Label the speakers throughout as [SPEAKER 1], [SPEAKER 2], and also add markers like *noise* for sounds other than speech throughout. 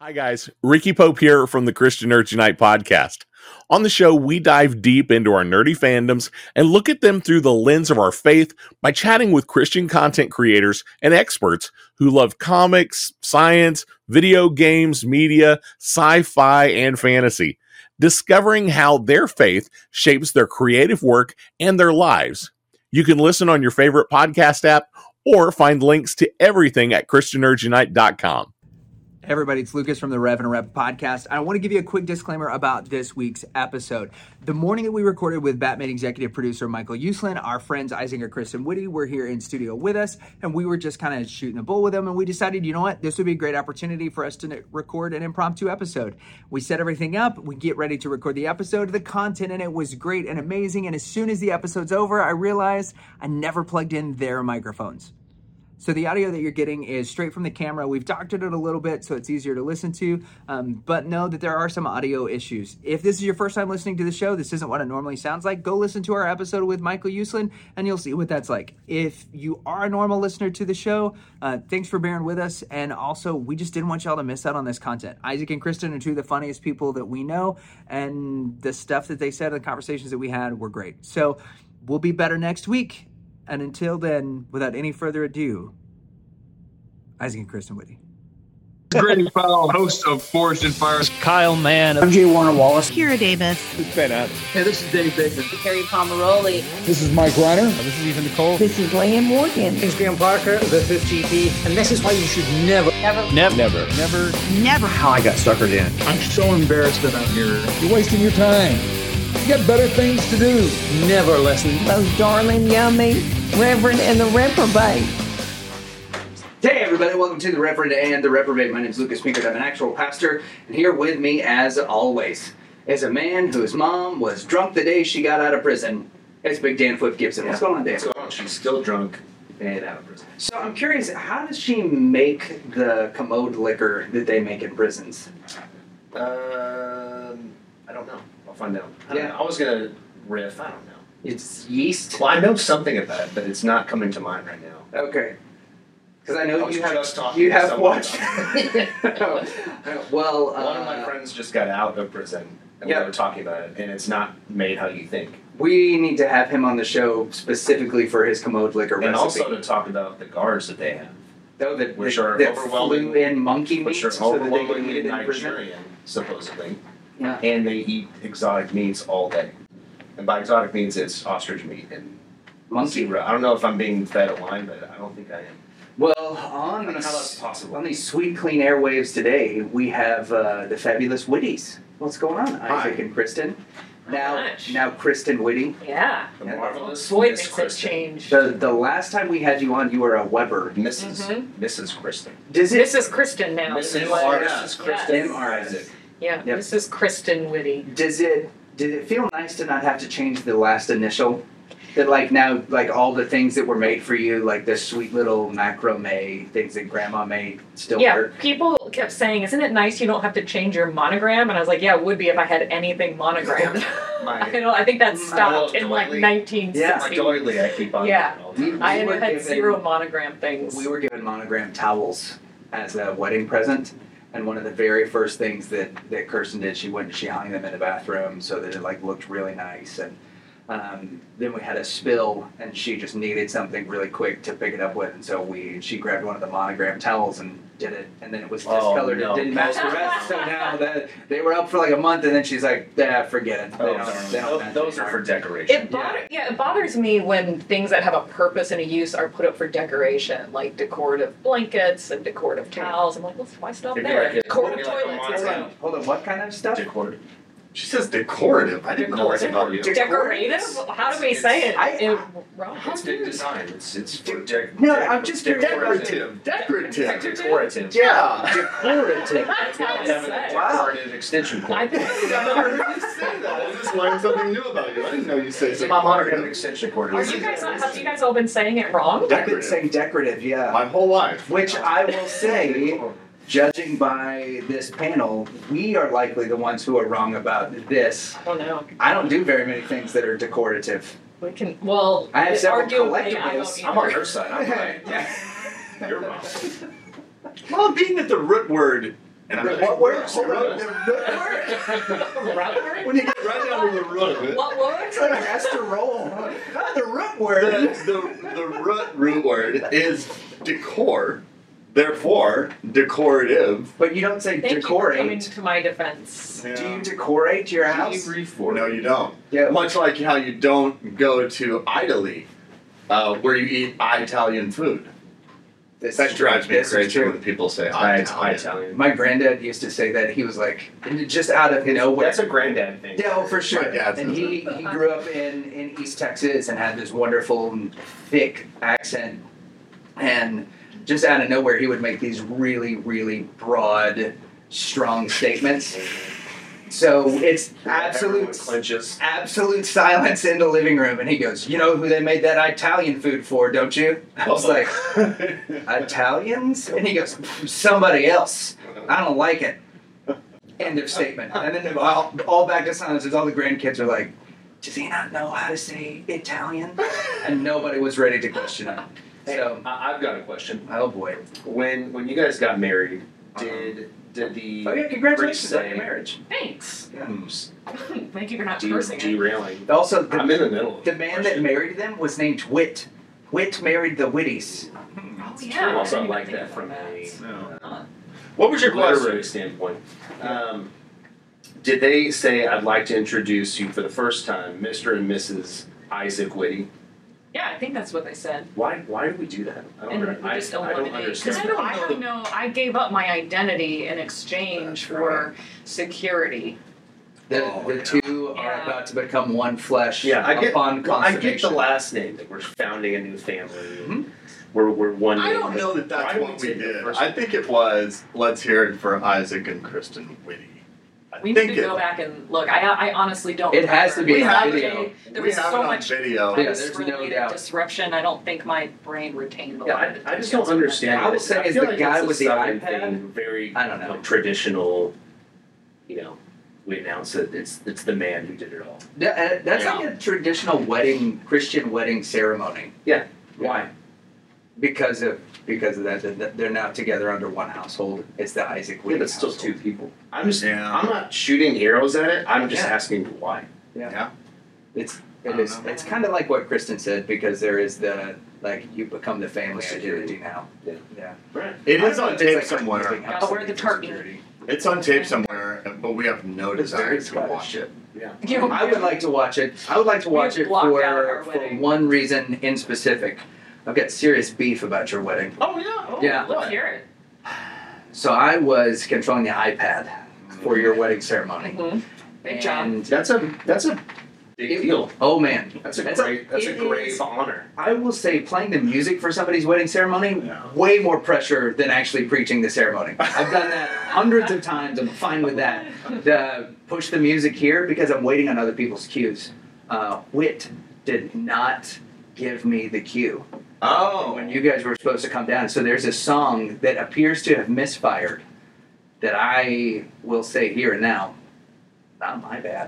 [SPEAKER 1] Hi, guys. Ricky Pope here from the Christian Nerds Unite podcast. On the show, we dive deep into our nerdy fandoms and look at them through the lens of our faith by chatting with Christian content creators and experts who love comics, science, video games, media, sci fi, and fantasy, discovering how their faith shapes their creative work and their lives. You can listen on your favorite podcast app or find links to everything at ChristianNerdsUnite.com.
[SPEAKER 2] Hey everybody, it's Lucas from the Rev and Rev podcast. I want to give you a quick disclaimer about this week's episode. The morning that we recorded with Batman executive producer Michael Uslan, our friends Isinger, Chris, and Whitty were here in studio with us, and we were just kind of shooting the bull with them. And we decided, you know what, this would be a great opportunity for us to n- record an impromptu episode. We set everything up, we get ready to record the episode. The content in it was great and amazing. And as soon as the episode's over, I realized I never plugged in their microphones. So the audio that you're getting is straight from the camera. We've doctored it a little bit so it's easier to listen to, um, but know that there are some audio issues. If this is your first time listening to the show, this isn't what it normally sounds like. Go listen to our episode with Michael Uslin and you'll see what that's like. If you are a normal listener to the show, uh, thanks for bearing with us. And also, we just didn't want y'all to miss out on this content. Isaac and Kristen are two of the funniest people that we know, and the stuff that they said and the conversations that we had were great. So we'll be better next week. And until then, without any further ado, Isaac and Kristen Whitty.
[SPEAKER 3] Greg Powell, host of Forged and Fire.
[SPEAKER 4] Kyle Mann.
[SPEAKER 5] I'm Jay Warner Wallace.
[SPEAKER 6] Kira Davis.
[SPEAKER 3] Hey, this is Dave Baker.
[SPEAKER 7] Harry Pomeroli.
[SPEAKER 5] This is Mike Reiner.
[SPEAKER 4] This is Ethan Nicole.
[SPEAKER 8] This is Liam Morgan.
[SPEAKER 9] This is Graham Parker. This is GP. And this is why you should never,
[SPEAKER 7] Never.
[SPEAKER 4] Never.
[SPEAKER 5] Never.
[SPEAKER 4] Never.
[SPEAKER 6] Never.
[SPEAKER 9] how I got suckered in.
[SPEAKER 3] I'm so embarrassed that I'm here.
[SPEAKER 5] You're wasting your time. You got better things to do.
[SPEAKER 9] Never listen.
[SPEAKER 8] Those darling, yummy, reverend, and the reprobate.
[SPEAKER 2] Hey, everybody, welcome to The Reverend and The Reprobate. My name is Lucas Pinkert. I'm an actual pastor, and here with me, as always, is a man whose mom was drunk the day she got out of prison. It's Big Dan Flip Gibson. What's going on, Dan?
[SPEAKER 3] Oh, She's still drunk and out of prison.
[SPEAKER 2] So I'm curious, how does she make the commode liquor that they make in prisons?
[SPEAKER 3] Um, I don't know. I'll find out. I
[SPEAKER 2] Yeah.
[SPEAKER 3] yeah, I was gonna riff. I don't know.
[SPEAKER 2] It's yeast.
[SPEAKER 3] Well, I know something about it, but it's not coming to mind right now.
[SPEAKER 2] Okay. Because I know
[SPEAKER 3] I was
[SPEAKER 2] you have
[SPEAKER 3] just talking
[SPEAKER 2] you
[SPEAKER 3] to
[SPEAKER 2] have
[SPEAKER 3] someone
[SPEAKER 2] watched.
[SPEAKER 3] about
[SPEAKER 2] *laughs*
[SPEAKER 3] *laughs*
[SPEAKER 2] well, uh,
[SPEAKER 3] One of my friends just got out of prison, and
[SPEAKER 2] Yeah.
[SPEAKER 3] we were talking about it, and it's not made how you think.
[SPEAKER 2] we need to have him on the show specifically for his commode liquor
[SPEAKER 3] And
[SPEAKER 2] recipe.
[SPEAKER 3] also to talk about the guards that they have,
[SPEAKER 2] Though that,
[SPEAKER 3] which
[SPEAKER 2] that,
[SPEAKER 3] are
[SPEAKER 2] that
[SPEAKER 3] overwhelming-
[SPEAKER 2] flew in monkey meat
[SPEAKER 3] which are
[SPEAKER 2] so that they could eat
[SPEAKER 3] overwhelmingly
[SPEAKER 2] it in prison.
[SPEAKER 3] Nigerian, supposedly.
[SPEAKER 2] Yeah.
[SPEAKER 3] and they eat exotic meats all day. And by exotic meats, it's ostrich meat and
[SPEAKER 2] Monkey.
[SPEAKER 3] zebra. I don't know if I'm being fed a line, but I don't think I am.
[SPEAKER 2] Well,
[SPEAKER 3] I
[SPEAKER 2] on
[SPEAKER 3] don't know how that's
[SPEAKER 2] these, on
[SPEAKER 3] possible.
[SPEAKER 2] these sweet, clean airwaves today, we have uh, the fabulous Whitties. What's going on,
[SPEAKER 3] Hi.
[SPEAKER 2] Isaac and Kristen?
[SPEAKER 7] Not
[SPEAKER 2] Now,
[SPEAKER 7] much.
[SPEAKER 2] now Kristen Whitty.
[SPEAKER 7] Yeah.
[SPEAKER 3] The marvelous Miss
[SPEAKER 7] Boy, makes it
[SPEAKER 3] Kristen.
[SPEAKER 7] change.
[SPEAKER 2] The, the last time we had you on, you were a Weber.
[SPEAKER 3] Mrs.
[SPEAKER 7] Mhm.
[SPEAKER 3] Mrs. Kristen.
[SPEAKER 2] Does it
[SPEAKER 7] This is Kristen now.
[SPEAKER 3] Mrs.
[SPEAKER 7] Mrs.
[SPEAKER 3] R.
[SPEAKER 2] yeah.
[SPEAKER 3] Mrs. Kristen.
[SPEAKER 2] Yes.
[SPEAKER 3] Isaac.
[SPEAKER 7] Yeah.
[SPEAKER 2] Yep.
[SPEAKER 7] This is Kristen Whitty.
[SPEAKER 2] Does it did it feel nice to not have to change the last initial? That like now like all the things that were made for you, like the sweet little macrame things that grandma made still
[SPEAKER 7] yeah.
[SPEAKER 2] work.
[SPEAKER 7] People kept saying, "Isn't it nice you don't have to change your monogram?" And I was like, "Yeah, it would be if I had anything monogrammed." *laughs*
[SPEAKER 3] *laughs*
[SPEAKER 7] I
[SPEAKER 3] My,
[SPEAKER 7] don't. I think that
[SPEAKER 2] My
[SPEAKER 7] stopped
[SPEAKER 3] little
[SPEAKER 7] in like
[SPEAKER 3] doily.
[SPEAKER 7] 1960.
[SPEAKER 2] Yeah.
[SPEAKER 3] my doily I keep on
[SPEAKER 7] Yeah.
[SPEAKER 3] doing all the
[SPEAKER 2] You-
[SPEAKER 3] time.
[SPEAKER 7] I
[SPEAKER 2] We
[SPEAKER 7] had
[SPEAKER 2] were
[SPEAKER 7] had
[SPEAKER 2] given-
[SPEAKER 7] zero monogram things.
[SPEAKER 2] We were given monogram towels as a wedding present. And one of the very first things that, that Kirsten did, she went and she hung them in the bathroom so that it like looked really nice. And um, then we had a spill, and she just needed something really quick to pick it up with. And so we she grabbed one of the monogram towels and did it. And then it was
[SPEAKER 3] Oh,
[SPEAKER 2] discolored;
[SPEAKER 3] no.
[SPEAKER 2] it didn't match the rest. so
[SPEAKER 3] *laughs*
[SPEAKER 2] now that they were up for like a month, and then she's like, "Ah, forget it. They
[SPEAKER 3] Oh,
[SPEAKER 2] don't,
[SPEAKER 3] darn.
[SPEAKER 2] they don't
[SPEAKER 3] Tho-
[SPEAKER 2] match
[SPEAKER 3] Those are
[SPEAKER 2] anymore."
[SPEAKER 3] for decoration.
[SPEAKER 7] It bother- yeah. it bothers me when things that have a purpose and a use are put up for decoration, like decorative blankets and decorative towels. I'm like, well, why stop
[SPEAKER 3] It'd be
[SPEAKER 7] there?
[SPEAKER 3] like a-
[SPEAKER 7] decorative
[SPEAKER 3] it'd be like a
[SPEAKER 7] toilets.
[SPEAKER 3] monogram.
[SPEAKER 2] Hold
[SPEAKER 7] yeah.
[SPEAKER 2] on, hold on. What kind of stuff?
[SPEAKER 3] Decorative. She says decorative. I didn't know that about you.
[SPEAKER 2] Decorative.
[SPEAKER 7] Decorative? How do we say it?
[SPEAKER 2] I-
[SPEAKER 7] It- wrong.
[SPEAKER 3] It's big
[SPEAKER 7] *laughs*
[SPEAKER 3] design. It's it's for dec-
[SPEAKER 2] No,
[SPEAKER 3] dec-
[SPEAKER 2] I'm just curious about
[SPEAKER 3] decorative.
[SPEAKER 2] Decorative.
[SPEAKER 3] Decorative.
[SPEAKER 2] Yeah, *laughs* decorative.
[SPEAKER 7] That's how it's
[SPEAKER 3] Having
[SPEAKER 7] said.
[SPEAKER 3] a
[SPEAKER 2] Wow.
[SPEAKER 3] decorative extension cord.
[SPEAKER 7] I
[SPEAKER 3] *laughs*
[SPEAKER 7] think-
[SPEAKER 10] I just learned something new about you. I didn't know you said
[SPEAKER 3] It's my monogram extension cord.
[SPEAKER 7] Are you guys not, have you guys all been saying it wrong?
[SPEAKER 2] I've been saying decorative, yeah.
[SPEAKER 10] my whole life.
[SPEAKER 2] Which I will say, judging by this panel, we are likely the ones who are wrong about this.
[SPEAKER 7] I don't know.
[SPEAKER 2] I don't do very many things that are decorative.
[SPEAKER 7] We can. Well,
[SPEAKER 2] I have several
[SPEAKER 7] arguably, I
[SPEAKER 2] collectibles.
[SPEAKER 7] don't
[SPEAKER 3] I'm on
[SPEAKER 7] either.
[SPEAKER 3] her side. I'm right.
[SPEAKER 2] Yeah.
[SPEAKER 10] *laughs*
[SPEAKER 3] You're wrong.
[SPEAKER 10] Well, being that the root word And I'm
[SPEAKER 7] What
[SPEAKER 10] works?
[SPEAKER 7] Rubber?
[SPEAKER 10] When you get right down to the root of it,
[SPEAKER 7] What works?
[SPEAKER 2] That's the roll. Not the root
[SPEAKER 10] the,
[SPEAKER 2] word.
[SPEAKER 10] the, the root root word is decor. Therefore, decorative.
[SPEAKER 2] But you don't say
[SPEAKER 7] Thank you for coming
[SPEAKER 2] decorate.
[SPEAKER 7] to my defense.
[SPEAKER 2] Do you decorate your house?
[SPEAKER 10] No, you don't.
[SPEAKER 2] Yeah.
[SPEAKER 10] Much like how you don't go to Italy, uh, where you eat Italian food.
[SPEAKER 2] This
[SPEAKER 10] That drives me
[SPEAKER 2] this is
[SPEAKER 10] crazy
[SPEAKER 2] true.
[SPEAKER 10] when people say
[SPEAKER 3] I, I
[SPEAKER 10] Italian.
[SPEAKER 3] tell you.
[SPEAKER 2] My granddad used to say that he was like just out of nowhere.
[SPEAKER 3] That's a
[SPEAKER 2] *laughs*
[SPEAKER 3] granddad thing.
[SPEAKER 2] Yeah, oh, for sure.
[SPEAKER 10] My dad
[SPEAKER 2] and
[SPEAKER 10] says
[SPEAKER 2] he, he grew up in, in East Texas and had this wonderful thick accent. And just out of nowhere, he would make these really, really broad, strong statements. So it's
[SPEAKER 3] Everyone
[SPEAKER 2] absolute
[SPEAKER 3] clinches.
[SPEAKER 2] absolute silence in the living room. And he goes, You know who they made that Italian food for, don't you? I was like, Italians? And he goes, somebody else. I don't like it. End of statement. And then all, all back to silence as all the grandkids are like, does he not know how to say Italian? And nobody was ready to question him. So,
[SPEAKER 3] I, I've got a question.
[SPEAKER 2] oh boy.
[SPEAKER 3] When when you guys got married, did did the
[SPEAKER 2] Uh-huh. Oh yeah, congratulations on your marriage.
[SPEAKER 7] Thanks. *laughs*
[SPEAKER 3] Oops.
[SPEAKER 7] Thank you for not
[SPEAKER 3] De-
[SPEAKER 7] cursing it.
[SPEAKER 3] derailing?
[SPEAKER 2] Also,
[SPEAKER 3] I'm in
[SPEAKER 2] the,
[SPEAKER 3] the middle. Of
[SPEAKER 2] the man that
[SPEAKER 3] question.
[SPEAKER 2] married them was named Wit. Wit married the Witties.
[SPEAKER 7] Oh,
[SPEAKER 3] I
[SPEAKER 7] yeah. I
[SPEAKER 3] also
[SPEAKER 7] didn't even
[SPEAKER 3] like
[SPEAKER 7] think
[SPEAKER 3] that
[SPEAKER 7] about
[SPEAKER 3] from a uh,
[SPEAKER 10] No.
[SPEAKER 7] Huh.
[SPEAKER 10] What was your
[SPEAKER 3] literary
[SPEAKER 10] question?
[SPEAKER 3] standpoint. Um, did they say I'd like to introduce you for the first time, Mr. and Mrs. Isaac Whitty?
[SPEAKER 7] Yeah, I think that's what they said.
[SPEAKER 3] Why why do we do that? I
[SPEAKER 7] And
[SPEAKER 3] don't,
[SPEAKER 7] we
[SPEAKER 3] I,
[SPEAKER 7] just don't
[SPEAKER 3] I
[SPEAKER 7] want
[SPEAKER 3] don't
[SPEAKER 7] to date. Because I
[SPEAKER 3] understand.
[SPEAKER 7] don't, I don't know. I gave up my identity in exchange
[SPEAKER 10] That's
[SPEAKER 7] for security.
[SPEAKER 2] The,
[SPEAKER 10] Oh,
[SPEAKER 2] the
[SPEAKER 10] yeah.
[SPEAKER 2] two are
[SPEAKER 7] Yeah.
[SPEAKER 2] about to become one flesh
[SPEAKER 3] Yeah, I get
[SPEAKER 2] upon
[SPEAKER 3] well, I get the
[SPEAKER 2] consummation.
[SPEAKER 3] last name that we're founding a new family.
[SPEAKER 2] Hmm?
[SPEAKER 3] We're we're one.
[SPEAKER 10] I don't
[SPEAKER 3] name.
[SPEAKER 10] know that
[SPEAKER 3] Why
[SPEAKER 10] that's
[SPEAKER 3] do
[SPEAKER 10] what we
[SPEAKER 3] take the
[SPEAKER 10] did.
[SPEAKER 3] first
[SPEAKER 10] I think it was, let's hear it for Isaac and Kristen Whitty. I
[SPEAKER 7] We
[SPEAKER 10] think
[SPEAKER 7] need
[SPEAKER 10] it
[SPEAKER 7] to go back and look. I, I honestly don't.
[SPEAKER 2] It has to
[SPEAKER 7] remember.
[SPEAKER 2] be
[SPEAKER 10] We
[SPEAKER 2] on
[SPEAKER 10] have
[SPEAKER 2] video.
[SPEAKER 10] it.
[SPEAKER 7] There
[SPEAKER 10] we
[SPEAKER 7] was
[SPEAKER 10] have
[SPEAKER 7] so
[SPEAKER 10] it on
[SPEAKER 7] much
[SPEAKER 10] video.
[SPEAKER 2] Yeah,
[SPEAKER 7] virus
[SPEAKER 2] there's no
[SPEAKER 7] related
[SPEAKER 2] doubt.
[SPEAKER 7] disruption. I don't think my brain retained a
[SPEAKER 3] Yeah,
[SPEAKER 7] lot of
[SPEAKER 3] I, I just don't
[SPEAKER 7] details from that
[SPEAKER 3] understand.
[SPEAKER 2] I
[SPEAKER 7] day.
[SPEAKER 2] will
[SPEAKER 3] this.
[SPEAKER 2] say is
[SPEAKER 3] feel
[SPEAKER 2] the
[SPEAKER 3] like
[SPEAKER 2] guy
[SPEAKER 3] it's a
[SPEAKER 2] with the
[SPEAKER 3] Southern
[SPEAKER 2] iPad?
[SPEAKER 3] thing, very
[SPEAKER 2] I don't know.
[SPEAKER 3] like, traditional. You know, we announce that it's it's the man who did it all.
[SPEAKER 2] That- uh, that's
[SPEAKER 10] Yeah.
[SPEAKER 2] like a traditional wedding, Christian wedding ceremony
[SPEAKER 3] Why?
[SPEAKER 2] because of because of that. that- They're now together under one household. It's the Isaac
[SPEAKER 3] Yeah,
[SPEAKER 2] Whitney
[SPEAKER 3] that's still two
[SPEAKER 2] household.
[SPEAKER 3] people. I'm just
[SPEAKER 10] Yeah.
[SPEAKER 3] I'm not shooting arrows at it. I'm just
[SPEAKER 2] Yeah.
[SPEAKER 3] asking why.
[SPEAKER 10] Yeah.
[SPEAKER 2] It's
[SPEAKER 10] I
[SPEAKER 2] it
[SPEAKER 10] don't
[SPEAKER 2] is
[SPEAKER 10] know.
[SPEAKER 2] it's kind of like what Kristen said because there is the like you become the family identity now.
[SPEAKER 3] Yeah.
[SPEAKER 2] yeah.
[SPEAKER 3] Right.
[SPEAKER 10] It
[SPEAKER 2] I
[SPEAKER 10] is
[SPEAKER 2] don't know,
[SPEAKER 10] on
[SPEAKER 2] it's
[SPEAKER 10] tape
[SPEAKER 2] like
[SPEAKER 10] somewhere.
[SPEAKER 2] confusing how
[SPEAKER 7] Oh, we're the
[SPEAKER 2] security-
[SPEAKER 7] target.
[SPEAKER 2] security.
[SPEAKER 10] It's on tape somewhere, but we have no
[SPEAKER 2] It's very
[SPEAKER 10] desire to watch it.
[SPEAKER 3] Yeah.
[SPEAKER 7] *laughs* You know,
[SPEAKER 2] I would like to watch it. I would like to
[SPEAKER 7] We
[SPEAKER 2] watch
[SPEAKER 7] have
[SPEAKER 2] it
[SPEAKER 7] blocked out
[SPEAKER 2] for
[SPEAKER 7] our
[SPEAKER 2] for
[SPEAKER 7] wedding.
[SPEAKER 2] one reason in specific. I've got serious beef about your wedding.
[SPEAKER 7] Oh yeah. Oh,
[SPEAKER 2] Yeah.
[SPEAKER 7] Let's hear it.
[SPEAKER 2] So I was controlling the iPad for your wedding ceremony.
[SPEAKER 7] Mm-hmm. Big job.
[SPEAKER 2] and
[SPEAKER 3] That's a that's a big
[SPEAKER 2] It-
[SPEAKER 3] deal.
[SPEAKER 2] oh man,
[SPEAKER 3] That's a great that's a
[SPEAKER 2] it
[SPEAKER 3] grave
[SPEAKER 2] is-
[SPEAKER 3] honor.
[SPEAKER 2] I will say playing the music for somebody's wedding ceremony
[SPEAKER 10] Yeah.
[SPEAKER 2] way more pressure than actually preaching the ceremony. I've done that hundreds of times. I'm fine with that. The push the music here because I'm waiting on other people's cues. Uh, Wit did not give me the cue
[SPEAKER 10] Oh.
[SPEAKER 2] when you guys were supposed to come down. So there's a song that appears to have misfired that I will say here and now. Not my bad.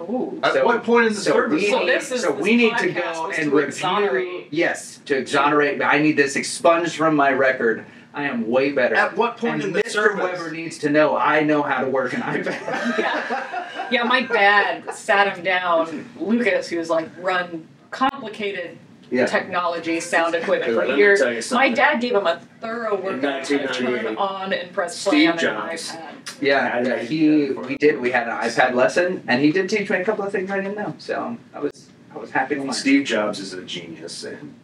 [SPEAKER 7] Ooh.
[SPEAKER 10] At
[SPEAKER 2] So-
[SPEAKER 10] what point is the
[SPEAKER 2] so
[SPEAKER 10] service?
[SPEAKER 2] we-
[SPEAKER 7] So this is
[SPEAKER 2] so
[SPEAKER 7] this
[SPEAKER 2] we need to
[SPEAKER 7] podcast
[SPEAKER 2] go
[SPEAKER 7] was
[SPEAKER 2] and
[SPEAKER 7] to
[SPEAKER 2] review-
[SPEAKER 7] exonerate.
[SPEAKER 2] Yes, to exonerate me. I need this expunged from my record. I am way better.
[SPEAKER 10] At what point
[SPEAKER 2] and
[SPEAKER 10] in the
[SPEAKER 2] Mr.
[SPEAKER 10] service?
[SPEAKER 2] Weber needs to know I know how to work an
[SPEAKER 7] *laughs*
[SPEAKER 2] iPad.
[SPEAKER 7] yeah. yeah, my dad sat him down, Lucas, who was like run complicated
[SPEAKER 2] Yeah.
[SPEAKER 7] technology sound equipment
[SPEAKER 3] Let
[SPEAKER 7] for
[SPEAKER 3] me
[SPEAKER 7] years.
[SPEAKER 3] tell you
[SPEAKER 7] My
[SPEAKER 3] something.
[SPEAKER 7] dad gave him a thorough workout how to turn
[SPEAKER 3] 1998,
[SPEAKER 7] on and press play
[SPEAKER 3] Steve
[SPEAKER 7] on
[SPEAKER 3] Jobs.
[SPEAKER 7] an iPad.
[SPEAKER 2] yeah,
[SPEAKER 3] I know
[SPEAKER 2] yeah,
[SPEAKER 3] you
[SPEAKER 2] he
[SPEAKER 3] did that for
[SPEAKER 2] we
[SPEAKER 3] me.
[SPEAKER 2] did. We had an iPad lesson, and he did teach me a couple of things I didn't know. So um, I was I was happy to learn.
[SPEAKER 3] Steve Jobs is a genius and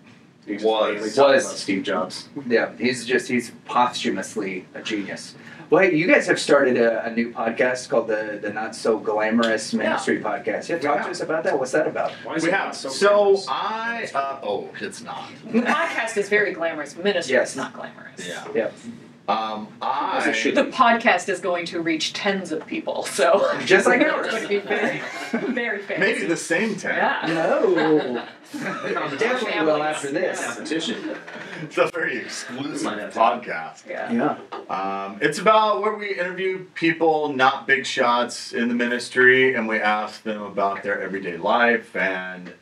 [SPEAKER 3] we just
[SPEAKER 10] Was.
[SPEAKER 3] mainly talk
[SPEAKER 2] Was.
[SPEAKER 3] about Steve Jobs.
[SPEAKER 2] Yeah, he's just he's posthumously a genius. Well, hey, you guys have started a, a new podcast called the the Not So Glamorous Ministry Podcast. Yeah, talk
[SPEAKER 10] Yeah.
[SPEAKER 2] to us about that. What's that about?
[SPEAKER 3] Why is
[SPEAKER 10] we
[SPEAKER 3] it
[SPEAKER 10] have.
[SPEAKER 3] not
[SPEAKER 10] So,
[SPEAKER 3] so famous?
[SPEAKER 10] I. Uh, oh, it's not.
[SPEAKER 7] The podcast is very glamorous. Ministry
[SPEAKER 2] Yes.
[SPEAKER 7] is not glamorous.
[SPEAKER 10] Yeah.
[SPEAKER 2] Yeah,
[SPEAKER 10] Um,
[SPEAKER 3] As it should
[SPEAKER 10] I.
[SPEAKER 7] The podcast is going to reach tens of people, so
[SPEAKER 2] just like
[SPEAKER 7] *laughs* it's
[SPEAKER 2] ours.
[SPEAKER 7] going to be very, very fancy.
[SPEAKER 10] Maybe the same time.
[SPEAKER 7] Yeah. *laughs*
[SPEAKER 2] No,
[SPEAKER 3] uh,
[SPEAKER 2] It definitely will
[SPEAKER 7] Families.
[SPEAKER 2] after this.
[SPEAKER 3] competition.
[SPEAKER 10] *laughs* It's a very exclusive
[SPEAKER 3] Might have to-
[SPEAKER 10] podcast.
[SPEAKER 7] Yeah.
[SPEAKER 2] Yeah,
[SPEAKER 10] Um, it's about where we interview people, not big shots in the ministry, and we ask them about their everyday life and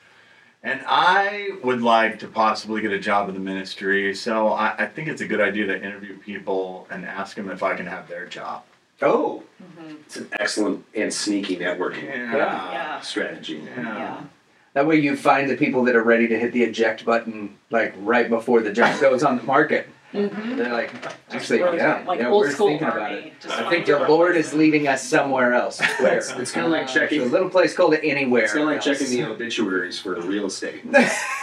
[SPEAKER 10] And I would like to possibly get a job in the ministry, so I, I think it's a good idea to interview people and ask them if I can have their job.
[SPEAKER 2] Oh,
[SPEAKER 3] It's an excellent and sneaky networking
[SPEAKER 7] Yeah.
[SPEAKER 3] strategy.
[SPEAKER 7] Yeah.
[SPEAKER 2] that way you find the people that are ready to hit the eject button like right before the job goes on the market.
[SPEAKER 7] Mm-hmm.
[SPEAKER 2] They're like, actually,
[SPEAKER 7] Rotate,
[SPEAKER 2] yeah,
[SPEAKER 7] like
[SPEAKER 2] yeah,
[SPEAKER 7] old
[SPEAKER 2] we're
[SPEAKER 7] school
[SPEAKER 2] thinking about
[SPEAKER 7] army,
[SPEAKER 2] it.
[SPEAKER 7] just
[SPEAKER 2] I think the
[SPEAKER 7] find out.
[SPEAKER 2] Lord is leading us somewhere
[SPEAKER 3] *laughs*
[SPEAKER 2] else. Where?
[SPEAKER 3] It's, it's kind of like
[SPEAKER 2] It's a
[SPEAKER 3] checking.
[SPEAKER 2] little place called anywhere.
[SPEAKER 3] It's kind of like
[SPEAKER 2] else.
[SPEAKER 3] checking the obituaries for real estate.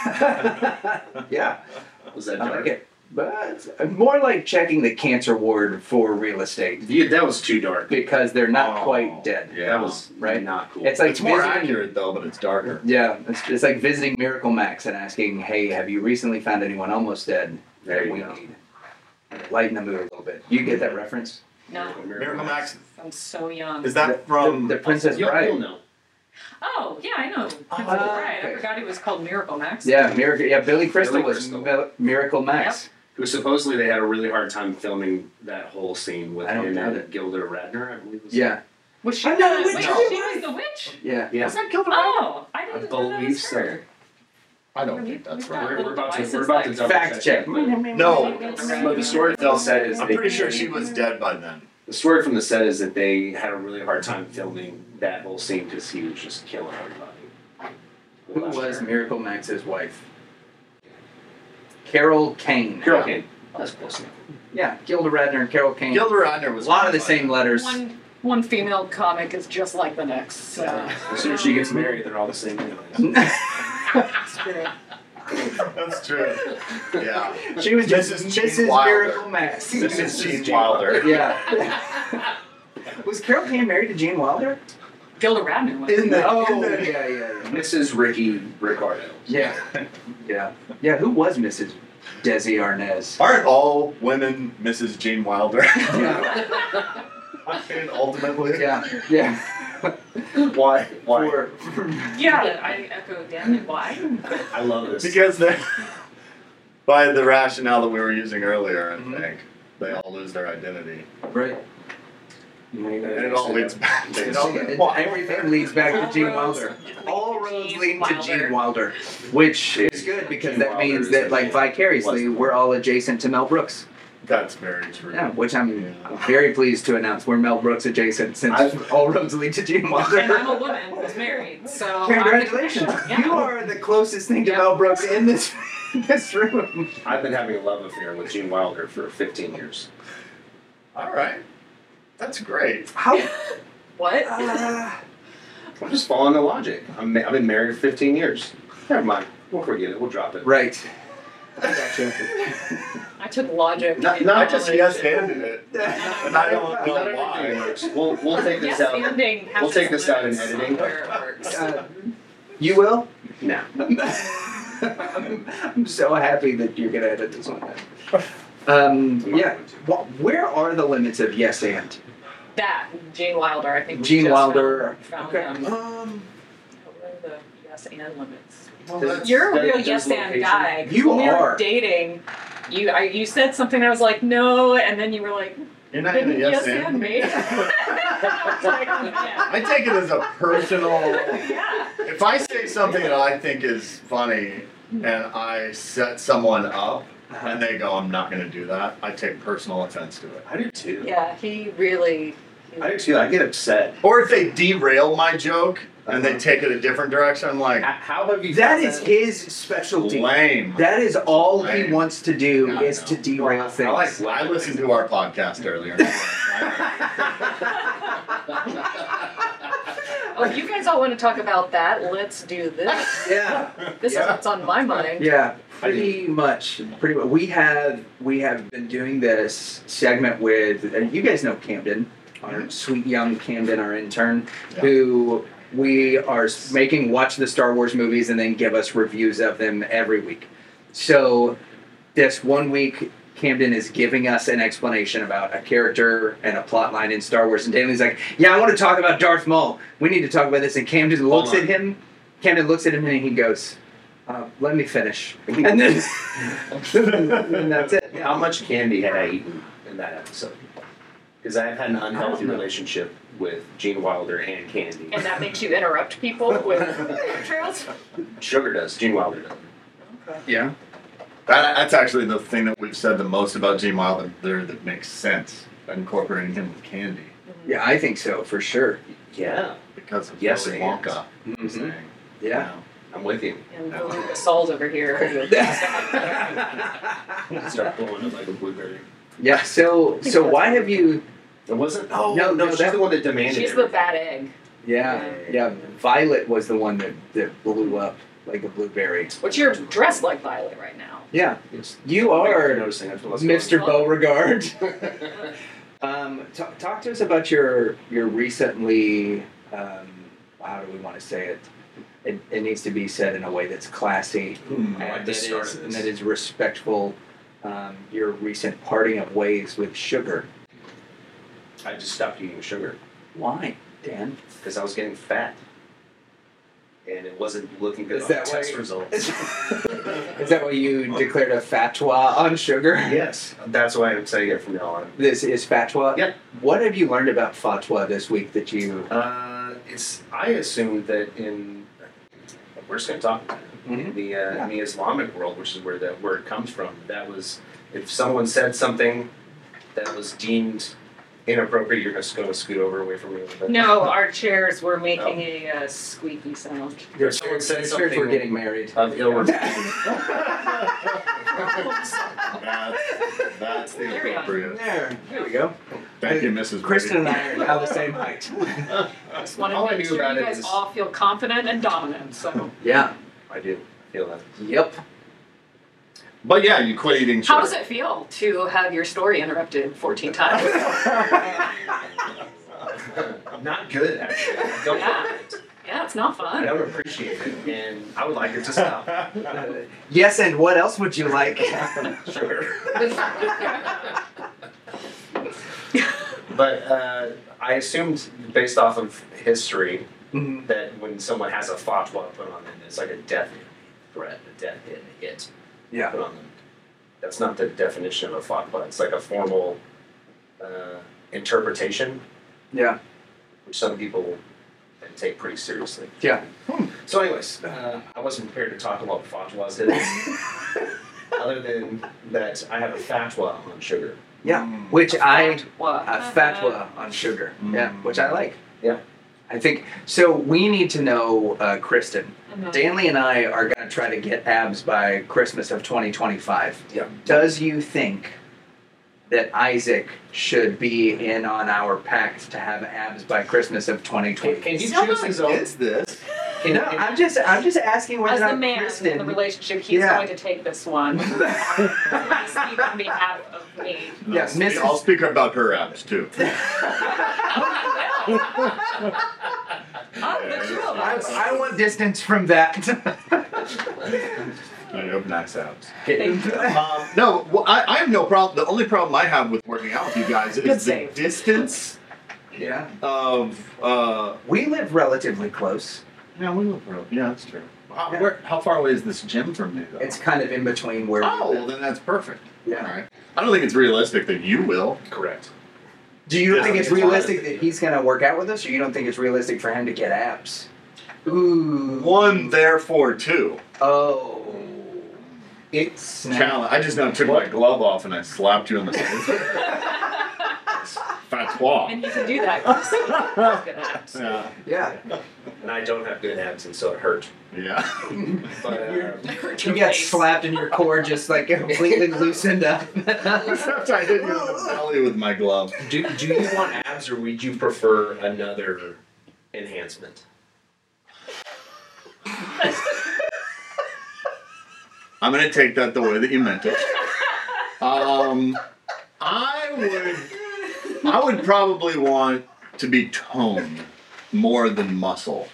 [SPEAKER 2] *laughs*
[SPEAKER 3] *laughs*
[SPEAKER 2] Yeah,
[SPEAKER 3] Was that
[SPEAKER 2] I
[SPEAKER 3] dark?
[SPEAKER 2] like it. But it's more like checking the cancer ward for real estate
[SPEAKER 3] Yeah, that was too dark.
[SPEAKER 2] because they're not
[SPEAKER 10] Oh,
[SPEAKER 2] quite dead.
[SPEAKER 10] yeah.
[SPEAKER 3] That was
[SPEAKER 2] Right.
[SPEAKER 3] not cool.
[SPEAKER 2] It's like
[SPEAKER 10] It's more
[SPEAKER 2] visiting-
[SPEAKER 10] accurate though, but it's darker.
[SPEAKER 2] Yeah, it's, it's like visiting Miracle Max and asking, "Hey, have you recently found anyone almost dead
[SPEAKER 3] There
[SPEAKER 2] that
[SPEAKER 3] you
[SPEAKER 2] we
[SPEAKER 3] go.
[SPEAKER 2] need?" Lighten the mood a little bit. You get that reference?
[SPEAKER 7] No,
[SPEAKER 10] Miracle Max,
[SPEAKER 7] I'm so young.
[SPEAKER 10] is that from?
[SPEAKER 2] the, the Princess
[SPEAKER 3] You'll,
[SPEAKER 2] Bride.
[SPEAKER 3] you'll know.
[SPEAKER 7] Oh, yeah, I know. Princess
[SPEAKER 2] Oh,
[SPEAKER 7] Bride.
[SPEAKER 2] okay.
[SPEAKER 7] I forgot it was called Miracle Max.
[SPEAKER 2] Yeah, Miracle. Yeah, Billy Crystal was
[SPEAKER 3] Crystal.
[SPEAKER 2] Mil- Miracle Max.
[SPEAKER 3] Who supposedly they had a really hard time filming that whole scene with
[SPEAKER 2] I don't
[SPEAKER 3] him
[SPEAKER 2] doubt
[SPEAKER 3] and
[SPEAKER 2] it.
[SPEAKER 3] Gilda Radner, I believe. Was
[SPEAKER 2] Yeah,
[SPEAKER 7] Was she
[SPEAKER 2] I'm not
[SPEAKER 7] the
[SPEAKER 2] a
[SPEAKER 7] witch?
[SPEAKER 2] witch,
[SPEAKER 7] Wait,
[SPEAKER 2] I'm
[SPEAKER 7] she
[SPEAKER 2] a
[SPEAKER 7] was the witch?
[SPEAKER 2] yeah.
[SPEAKER 3] Yeah.
[SPEAKER 10] that Gilda?
[SPEAKER 7] Oh, I
[SPEAKER 3] I
[SPEAKER 7] didn't know that
[SPEAKER 3] believe
[SPEAKER 7] was
[SPEAKER 3] so.
[SPEAKER 7] her.
[SPEAKER 10] I don't think that's
[SPEAKER 7] We've got
[SPEAKER 10] right.
[SPEAKER 3] We're,
[SPEAKER 7] little
[SPEAKER 3] we're about to
[SPEAKER 7] devices
[SPEAKER 3] we're about to
[SPEAKER 7] like-
[SPEAKER 3] double
[SPEAKER 2] Fact check.
[SPEAKER 10] No,
[SPEAKER 3] But the story they'll set is
[SPEAKER 10] I'm
[SPEAKER 3] they-
[SPEAKER 10] pretty sure she was dead by then.
[SPEAKER 3] The story from the set is that they had a really hard time filming that whole scene because he was just killing everybody. The
[SPEAKER 2] Who
[SPEAKER 3] last
[SPEAKER 2] was
[SPEAKER 3] year.
[SPEAKER 2] Miracle Max's wife? Carol Kane.
[SPEAKER 3] Carol Kane. That's close enough.
[SPEAKER 2] Yeah, Gilda Radner and Carol Kane.
[SPEAKER 10] Gilda Radner
[SPEAKER 2] a
[SPEAKER 10] was
[SPEAKER 2] lot of the
[SPEAKER 10] by
[SPEAKER 2] same
[SPEAKER 10] then.
[SPEAKER 2] letters.
[SPEAKER 7] One, one female comic is just like the next. So.
[SPEAKER 3] As soon as she gets married, they're all the same. anyways. *laughs*
[SPEAKER 10] That's true. Yeah.
[SPEAKER 2] She was just
[SPEAKER 10] Mrs. Gene
[SPEAKER 2] Mrs.
[SPEAKER 10] Wilder.
[SPEAKER 2] Miracle Max.
[SPEAKER 10] Mrs. Gene Wilder.
[SPEAKER 2] Yeah. was Carol Kane married to Gene Wilder?
[SPEAKER 7] Gilda Radner was.
[SPEAKER 10] In the-
[SPEAKER 2] Oh, yeah, yeah,
[SPEAKER 3] Mrs. Ricky Ricardo.
[SPEAKER 2] yeah. Yeah. Yeah. Yeah, who was Mrs. Desi
[SPEAKER 10] *laughs*
[SPEAKER 2] Arnaz?
[SPEAKER 10] Aren't all women Mrs. Gene Wilder?
[SPEAKER 2] Yeah.
[SPEAKER 10] and ultimately,
[SPEAKER 2] Yeah. Yeah.
[SPEAKER 10] why? Why?
[SPEAKER 2] For-
[SPEAKER 7] Yeah, I echo again. Why?
[SPEAKER 3] I love this.
[SPEAKER 10] Because they, *laughs* by the rationale that we were using earlier, I think they all lose their identity,
[SPEAKER 2] right. You know, you
[SPEAKER 10] and
[SPEAKER 2] gotta-
[SPEAKER 10] it all leads back.
[SPEAKER 2] It
[SPEAKER 10] To
[SPEAKER 2] all-
[SPEAKER 10] it.
[SPEAKER 2] everything leads back to
[SPEAKER 7] All
[SPEAKER 2] Gene
[SPEAKER 7] roads
[SPEAKER 2] Wilder.
[SPEAKER 7] lead to
[SPEAKER 2] All roads
[SPEAKER 7] Gene
[SPEAKER 2] lead to Gene
[SPEAKER 7] Wilder.
[SPEAKER 2] Wilder, which is good because
[SPEAKER 3] Gene
[SPEAKER 2] that
[SPEAKER 3] Wilder
[SPEAKER 2] means
[SPEAKER 3] is
[SPEAKER 2] that, like,
[SPEAKER 3] actually-
[SPEAKER 2] vicariously, we're all adjacent to Mel Brooks.
[SPEAKER 10] That's very true.
[SPEAKER 2] Yeah, which I'm
[SPEAKER 10] Yeah.
[SPEAKER 2] very pleased to announce we're Mel Brooks adjacent since
[SPEAKER 3] I've-
[SPEAKER 2] all roads lead to Gene
[SPEAKER 7] And
[SPEAKER 2] *laughs*
[SPEAKER 7] I'm
[SPEAKER 2] Wilder.
[SPEAKER 7] a woman who's married, so
[SPEAKER 2] Congratulations!
[SPEAKER 7] I-
[SPEAKER 2] You
[SPEAKER 7] Yeah.
[SPEAKER 2] are the closest thing to
[SPEAKER 7] Yeah.
[SPEAKER 2] Mel Brooks in this *laughs* this room.
[SPEAKER 3] I've been having a love affair with Gene Wilder for 15 years.
[SPEAKER 10] All right, that's great.
[SPEAKER 2] How?
[SPEAKER 7] What?
[SPEAKER 2] Uh,
[SPEAKER 3] I'm just following the logic. I'm, I've been married 15 years. Never mind. We'll forget it. We'll drop it.
[SPEAKER 2] right. *laughs* I gotcha.
[SPEAKER 7] I took logic.
[SPEAKER 3] Not-
[SPEAKER 7] in
[SPEAKER 3] not
[SPEAKER 10] I just
[SPEAKER 7] college.
[SPEAKER 10] yes handed it, and I don't
[SPEAKER 3] Not
[SPEAKER 10] know
[SPEAKER 3] everything
[SPEAKER 10] why.
[SPEAKER 3] works. We'll, we'll take this
[SPEAKER 7] Yes,
[SPEAKER 3] out.
[SPEAKER 7] ending
[SPEAKER 3] We'll take this out in
[SPEAKER 7] happens
[SPEAKER 3] editing.
[SPEAKER 7] somewhere it works.
[SPEAKER 2] Uh, you will?
[SPEAKER 3] No.
[SPEAKER 2] I'm, *laughs* I'm so happy that you're gonna edit this one. out. Um, yeah. Wh- Where are the limits of yes and?
[SPEAKER 7] That Gene Wilder, I think. we
[SPEAKER 2] Gene
[SPEAKER 7] just
[SPEAKER 2] Wilder.
[SPEAKER 7] Found, found
[SPEAKER 2] Okay.
[SPEAKER 7] him.
[SPEAKER 10] Um,
[SPEAKER 7] What are the yes and limits?
[SPEAKER 10] well,
[SPEAKER 3] Does-
[SPEAKER 10] that's,
[SPEAKER 7] You're a
[SPEAKER 3] Does-
[SPEAKER 7] real
[SPEAKER 3] does
[SPEAKER 7] yes and
[SPEAKER 3] location-
[SPEAKER 7] guy. 'cause
[SPEAKER 2] You
[SPEAKER 7] when We
[SPEAKER 2] are.
[SPEAKER 7] were dating. You I, you said something. I was like no, and then you were like,
[SPEAKER 10] you're not
[SPEAKER 7] didn't
[SPEAKER 10] gonna
[SPEAKER 7] yes,
[SPEAKER 10] yes
[SPEAKER 7] and
[SPEAKER 10] hand.
[SPEAKER 7] me. *laughs* I was like, yeah.
[SPEAKER 10] I take it as a personal.
[SPEAKER 7] yeah.
[SPEAKER 10] If I say something that I think is funny and I set someone up
[SPEAKER 2] Uh-huh.
[SPEAKER 10] and they go, I'm not going to do that, I take personal offense to it.
[SPEAKER 3] I do too.
[SPEAKER 7] Yeah. He really.
[SPEAKER 3] I do too. I get upset.
[SPEAKER 10] Or if they derail my joke and
[SPEAKER 2] Uh-huh.
[SPEAKER 10] they take it a different direction, I'm like,
[SPEAKER 3] H- How have you?
[SPEAKER 2] That is his specialty.
[SPEAKER 10] lame.
[SPEAKER 2] That is all he
[SPEAKER 10] Lame.
[SPEAKER 2] wants to do
[SPEAKER 10] Yeah, I
[SPEAKER 2] is to
[SPEAKER 10] know.
[SPEAKER 2] derail things.
[SPEAKER 10] I, like, I listened to our
[SPEAKER 2] *laughs*
[SPEAKER 10] podcast earlier.
[SPEAKER 7] Oh, you guys all want to talk about that? Let's do this.
[SPEAKER 2] yeah,
[SPEAKER 7] This is what's on my mind.
[SPEAKER 2] yeah, pretty much. Pretty much. We have we have been doing this segment with and you guys know Camden, our sweet young Camden, our intern,
[SPEAKER 10] Yeah.
[SPEAKER 2] who we are s- making watch the Star Wars movies and then give us reviews of them every week. So this one week Camden is giving us an explanation about a character and a plot line in Star Wars, and Daly's like, "Yeah, I want to talk about Darth Maul. We need to talk about this." And Camden looks
[SPEAKER 3] on.
[SPEAKER 2] at him. Camden looks at him and he goes, uh, "Let me finish." And then, and that's it.
[SPEAKER 3] How much candy had I eaten in that episode? Because I've had an unhealthy
[SPEAKER 11] know.
[SPEAKER 3] relationship with Gene Wilder and Candy.
[SPEAKER 7] And that makes you interrupt people with trails?
[SPEAKER 3] Sugar does. Gene Wilder does.
[SPEAKER 10] Yeah. That, that's actually the thing that we've said the most about Gene Wilder there that makes sense. Incorporating him with candy
[SPEAKER 2] Yeah, I think so for sure.
[SPEAKER 3] Yeah,
[SPEAKER 10] because of
[SPEAKER 3] Yes,
[SPEAKER 10] Willy
[SPEAKER 3] and.
[SPEAKER 10] Wonka.
[SPEAKER 3] Mhm.
[SPEAKER 10] saying, you
[SPEAKER 2] Mm-hmm.
[SPEAKER 10] *laughs*
[SPEAKER 2] Yeah.
[SPEAKER 10] know.
[SPEAKER 3] I'm
[SPEAKER 2] *laughs*
[SPEAKER 3] with you.
[SPEAKER 7] And the Lucas Saul's over here. who-
[SPEAKER 3] Start blowing up like a blueberry.
[SPEAKER 2] Yeah. So so why have you?
[SPEAKER 3] It wasn't. Oh
[SPEAKER 2] No, no,
[SPEAKER 3] she's
[SPEAKER 2] that-
[SPEAKER 3] the one that demanded.
[SPEAKER 7] She's
[SPEAKER 3] it.
[SPEAKER 7] the bad egg.
[SPEAKER 2] Yeah. Yeah. Violet was the one that that blew up like a blueberry.
[SPEAKER 7] But you're dressed like Violet right now.
[SPEAKER 2] Yeah.
[SPEAKER 3] Yes.
[SPEAKER 2] You
[SPEAKER 3] Thank you for
[SPEAKER 2] are
[SPEAKER 3] noticing. That's what's
[SPEAKER 2] Mr.
[SPEAKER 7] on.
[SPEAKER 2] Beauregard. *laughs*
[SPEAKER 3] going on.
[SPEAKER 2] Um, talk, talk to us about your your recently. Um, how do we want to say it? It, it needs to be said in a way that's classy
[SPEAKER 10] Hmm.
[SPEAKER 2] and
[SPEAKER 3] like
[SPEAKER 2] that
[SPEAKER 3] the
[SPEAKER 2] is
[SPEAKER 3] start of
[SPEAKER 2] and
[SPEAKER 3] this.
[SPEAKER 2] that is respectful. Um, your recent parting of ways with sugar.
[SPEAKER 3] I just stopped eating sugar
[SPEAKER 2] Why,
[SPEAKER 3] *laughs*
[SPEAKER 2] Dan?
[SPEAKER 3] because I was getting fat, and it wasn't looking good
[SPEAKER 2] Is
[SPEAKER 3] on
[SPEAKER 2] that
[SPEAKER 3] the
[SPEAKER 2] why
[SPEAKER 3] test
[SPEAKER 2] you-
[SPEAKER 3] results.
[SPEAKER 2] *laughs* is that why you declared a fatwa on sugar?
[SPEAKER 3] yes, that's why I'm saying it from now on.
[SPEAKER 2] This is fatwa.
[SPEAKER 3] Yep.
[SPEAKER 2] What have you learned about fatwa this week that you?
[SPEAKER 3] Uh, it's. I assume that in we're just going to talk about it. in the uh, in the Islamic world, which is where that word comes from. That was if someone said something that was deemed inappropriate, you're just going to scoot over away from me. a little bit.
[SPEAKER 7] No, our chairs were making
[SPEAKER 3] Oh.
[SPEAKER 7] a uh, squeaky sound.
[SPEAKER 3] If someone said
[SPEAKER 2] It's weird
[SPEAKER 3] something Uh,
[SPEAKER 2] we're getting married.
[SPEAKER 3] of ill
[SPEAKER 10] That's, that's the
[SPEAKER 7] Carry on.
[SPEAKER 10] appropriate.
[SPEAKER 2] There, there we go.
[SPEAKER 10] Thank you, Mrs.
[SPEAKER 2] Kristen and
[SPEAKER 10] Brady. *laughs*
[SPEAKER 2] I are now the same
[SPEAKER 3] *laughs*
[SPEAKER 2] height.
[SPEAKER 7] I just wanted
[SPEAKER 3] All I
[SPEAKER 7] to make
[SPEAKER 3] knew
[SPEAKER 7] sure
[SPEAKER 3] about
[SPEAKER 7] you
[SPEAKER 3] it
[SPEAKER 7] guys
[SPEAKER 3] is-
[SPEAKER 7] all feel confident and
[SPEAKER 3] *laughs*
[SPEAKER 7] dominant. So,
[SPEAKER 2] Yeah.
[SPEAKER 3] I do feel that.
[SPEAKER 2] Yep.
[SPEAKER 10] But yeah, you quit eating sugar.
[SPEAKER 7] how does it feel to have your story interrupted
[SPEAKER 3] *laughs*
[SPEAKER 7] 14 times?
[SPEAKER 3] Not good, actually. I don't,
[SPEAKER 7] Yeah. yeah, it's not
[SPEAKER 3] *laughs* I *laughs*
[SPEAKER 7] fun. *laughs*
[SPEAKER 3] don't appreciate it, and I would like it to stop.
[SPEAKER 2] Yes, and what else would you like?
[SPEAKER 3] *laughs* sure. But uh, I assumed, based off of history,
[SPEAKER 2] Mhm.
[SPEAKER 3] that when someone has a fatwa put on them, it's like a death threat, a death hit, a hit
[SPEAKER 2] yeah.
[SPEAKER 3] put on them. That's not the definition of a fatwa. It's like a formal uh, interpretation,
[SPEAKER 2] Yeah.
[SPEAKER 3] which some people take pretty seriously.
[SPEAKER 2] Yeah.
[SPEAKER 3] So, anyways, uh, I wasn't prepared to talk about fatwas today, other than that I have a fatwa on sugar.
[SPEAKER 2] Yeah.
[SPEAKER 10] Mm.
[SPEAKER 2] Which I
[SPEAKER 7] What?
[SPEAKER 2] a
[SPEAKER 7] Uh-huh.
[SPEAKER 2] fatwa on sugar. Yeah.
[SPEAKER 10] Mm.
[SPEAKER 2] Which I like.
[SPEAKER 3] Yeah.
[SPEAKER 2] I think so. We need to know uh, Kristen.
[SPEAKER 7] Uh-huh.
[SPEAKER 2] Danley and I are going to try to get abs by Christmas of 2025.
[SPEAKER 3] Yeah.
[SPEAKER 2] Does you think that Isaac should be in on our pact to have abs by Christmas of 2020?
[SPEAKER 3] Can he
[SPEAKER 7] Someone
[SPEAKER 3] choose his own?
[SPEAKER 10] It's this.
[SPEAKER 3] Can,
[SPEAKER 2] No,
[SPEAKER 3] can,
[SPEAKER 2] I'm just I'm just asking whether
[SPEAKER 7] As
[SPEAKER 2] or not
[SPEAKER 7] the man in the
[SPEAKER 2] Kristen.
[SPEAKER 7] relationship, he's
[SPEAKER 2] Yeah.
[SPEAKER 7] going to take
[SPEAKER 2] *laughs*
[SPEAKER 7] this one. Please speak on behalf of me.
[SPEAKER 2] Yeah,
[SPEAKER 10] I'll speak-
[SPEAKER 2] Mrs.
[SPEAKER 10] I'll speak about her abs
[SPEAKER 7] *laughs*
[SPEAKER 10] too.
[SPEAKER 7] Of the two of
[SPEAKER 2] I,
[SPEAKER 7] us.
[SPEAKER 2] I want distance from that.
[SPEAKER 10] I have nice abs.
[SPEAKER 7] Thank you.
[SPEAKER 10] Um, no, well, I, I have no problem. The only problem I have with working out with you guys is
[SPEAKER 7] Good
[SPEAKER 10] the
[SPEAKER 7] save.
[SPEAKER 10] distance
[SPEAKER 2] yeah,
[SPEAKER 10] of. Uh,
[SPEAKER 2] we live relatively close.
[SPEAKER 10] yeah, we live real. Yeah, that's true. How,
[SPEAKER 2] Yeah.
[SPEAKER 10] where, how far away is this gym from me, though?
[SPEAKER 2] It's kind of in between where. we
[SPEAKER 10] oh, well,
[SPEAKER 2] live.
[SPEAKER 10] then that's perfect.
[SPEAKER 2] Yeah.
[SPEAKER 10] All right. I don't think it's realistic that you will.
[SPEAKER 3] correct.
[SPEAKER 2] Do you
[SPEAKER 10] Yeah.
[SPEAKER 2] think it's realistic that he's going to work out with us, or you don't think it's realistic for him to get abs? Ooh.
[SPEAKER 10] One, therefore, two.
[SPEAKER 2] Oh. It's
[SPEAKER 10] Challenge. I just now took my glove off and I slapped you in
[SPEAKER 7] *laughs*
[SPEAKER 10] the face. Fatwa.
[SPEAKER 7] And you can do
[SPEAKER 2] *laughs*
[SPEAKER 7] that. That's good abs.
[SPEAKER 10] Yeah.
[SPEAKER 2] Yeah.
[SPEAKER 3] And I don't have good abs, and so it hurt.
[SPEAKER 10] Yeah.
[SPEAKER 7] *laughs*
[SPEAKER 3] But uh,
[SPEAKER 7] Hurt
[SPEAKER 2] You
[SPEAKER 7] your
[SPEAKER 2] got
[SPEAKER 7] face.
[SPEAKER 2] slapped and your core just like completely loosened up. *laughs*
[SPEAKER 10] Except I hit you in the belly with my glove.
[SPEAKER 3] *laughs* do, do you want abs, or would you prefer another enhancement?
[SPEAKER 10] I'm gonna take that the way that you meant it. Um, I would, I would probably want to be toned more than muscle.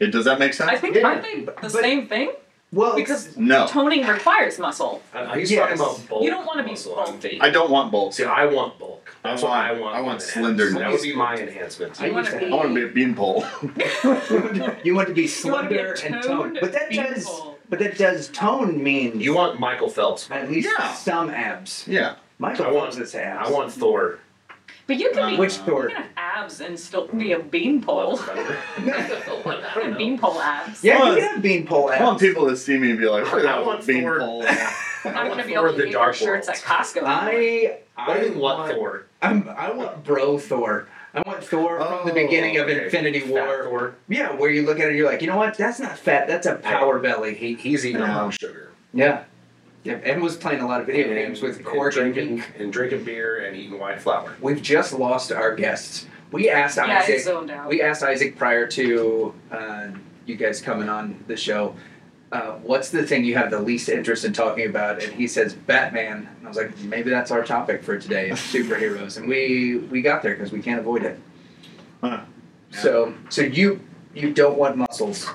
[SPEAKER 10] It does that make sense?
[SPEAKER 7] I think aren't they the same thing?
[SPEAKER 2] well,
[SPEAKER 7] Because
[SPEAKER 10] no.
[SPEAKER 7] toning requires muscle.
[SPEAKER 3] I, I used
[SPEAKER 2] Yes.
[SPEAKER 3] talking about bulk.
[SPEAKER 7] You don't wanna be
[SPEAKER 3] muscle.
[SPEAKER 7] bulk.
[SPEAKER 3] I'm thinking-
[SPEAKER 10] I don't want bulk.
[SPEAKER 3] See, I want bulk. That's
[SPEAKER 10] I
[SPEAKER 3] what I
[SPEAKER 10] want-
[SPEAKER 3] want.
[SPEAKER 10] I want
[SPEAKER 3] with abs.
[SPEAKER 10] slenderness.
[SPEAKER 3] That would be my enhancement.
[SPEAKER 7] You want to
[SPEAKER 2] I
[SPEAKER 7] be.
[SPEAKER 10] I want to be a beanpole.
[SPEAKER 2] you want to be
[SPEAKER 7] You want to be
[SPEAKER 2] slender and
[SPEAKER 7] toned
[SPEAKER 2] toned, but that does.
[SPEAKER 7] people.
[SPEAKER 2] But that does tone mean
[SPEAKER 3] You want Michael Phelps.
[SPEAKER 2] at least
[SPEAKER 10] Yeah.
[SPEAKER 2] some abs.
[SPEAKER 10] yeah.
[SPEAKER 2] Michael
[SPEAKER 3] I want
[SPEAKER 2] loves his abs.
[SPEAKER 3] I want Thor.
[SPEAKER 7] But you can be
[SPEAKER 10] Which
[SPEAKER 2] door?
[SPEAKER 7] You can have abs and still be
[SPEAKER 2] *laughs*
[SPEAKER 7] a *laughs* beanpole. beanpole abs.
[SPEAKER 2] Yeah,
[SPEAKER 10] Well,
[SPEAKER 2] you can have beanpole
[SPEAKER 10] I want
[SPEAKER 2] abs.
[SPEAKER 10] people to see me and be like,
[SPEAKER 3] I
[SPEAKER 10] "Look at that
[SPEAKER 3] want
[SPEAKER 10] big
[SPEAKER 3] Thor."
[SPEAKER 10] pole." *laughs*
[SPEAKER 7] I'm gonna be
[SPEAKER 3] Thor
[SPEAKER 7] able
[SPEAKER 3] the
[SPEAKER 7] to eat
[SPEAKER 3] Dark
[SPEAKER 7] your shirts at
[SPEAKER 3] World.
[SPEAKER 7] Costco.
[SPEAKER 2] I
[SPEAKER 3] I
[SPEAKER 2] I
[SPEAKER 3] didn't want
[SPEAKER 2] want
[SPEAKER 3] Thor.
[SPEAKER 2] I'm, I want bro Thor. I want Thor from the
[SPEAKER 10] Oh,
[SPEAKER 2] beginning of
[SPEAKER 3] okay.
[SPEAKER 2] Infinity
[SPEAKER 3] Fat
[SPEAKER 2] War.
[SPEAKER 3] Thor.
[SPEAKER 2] Yeah, where you look at it, you're like, you know what? That's not fat. That's a power belly.
[SPEAKER 3] He, he's eating
[SPEAKER 10] Yeah.
[SPEAKER 3] a lot of sugar.
[SPEAKER 2] Yeah. yeah. Evan was playing a lot of video games with Cork and
[SPEAKER 3] and drinking and drinking beer and eating white flour.
[SPEAKER 2] We've just lost our guests. We asked
[SPEAKER 7] yeah, I
[SPEAKER 2] Isaac.
[SPEAKER 7] zoned out.
[SPEAKER 2] We asked Isaac prior to uh, you guys coming on the show. Uh, what's the thing you have the least interest in talking about? And he says Batman. And I was like, maybe that's our topic for today,
[SPEAKER 3] *laughs*
[SPEAKER 2] is superheroes. And we we got there because we can't avoid it.
[SPEAKER 10] Huh.
[SPEAKER 2] So so you you don't want muscles.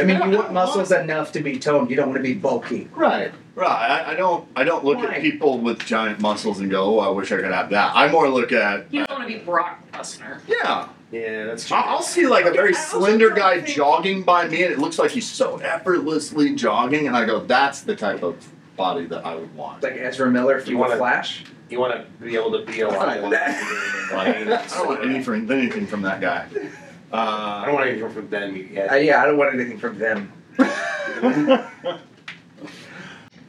[SPEAKER 2] I mean,
[SPEAKER 10] No,
[SPEAKER 2] you
[SPEAKER 10] I
[SPEAKER 2] want
[SPEAKER 10] don't
[SPEAKER 2] muscles enough to be toned. You don't want to be bulky.
[SPEAKER 10] Right, right. I, I don't. I don't look
[SPEAKER 2] Why?
[SPEAKER 10] at people with giant muscles and go, "Oh, I wish I could have that." I more look at.
[SPEAKER 7] you don't want to be Brock Lesnar.
[SPEAKER 10] Yeah,
[SPEAKER 3] Yeah, that's
[SPEAKER 10] I- I'll see like a very
[SPEAKER 7] I also
[SPEAKER 10] slender
[SPEAKER 7] don't
[SPEAKER 10] guy
[SPEAKER 7] think-
[SPEAKER 10] jogging by me, and it looks like he's so effortlessly jogging, and I go, "That's the type of body that I would want."
[SPEAKER 2] Like Ezra Miller from
[SPEAKER 3] You
[SPEAKER 2] The
[SPEAKER 3] wanna-
[SPEAKER 2] Flash.
[SPEAKER 3] You want to be able to be alive.
[SPEAKER 10] Right.
[SPEAKER 3] I
[SPEAKER 10] *laughs*
[SPEAKER 7] *laughs*
[SPEAKER 10] I don't want anything, anything from that guy.
[SPEAKER 3] I
[SPEAKER 10] Uh,
[SPEAKER 3] don't want anything from them yet.
[SPEAKER 2] Uh, yeah, I don't want anything from them.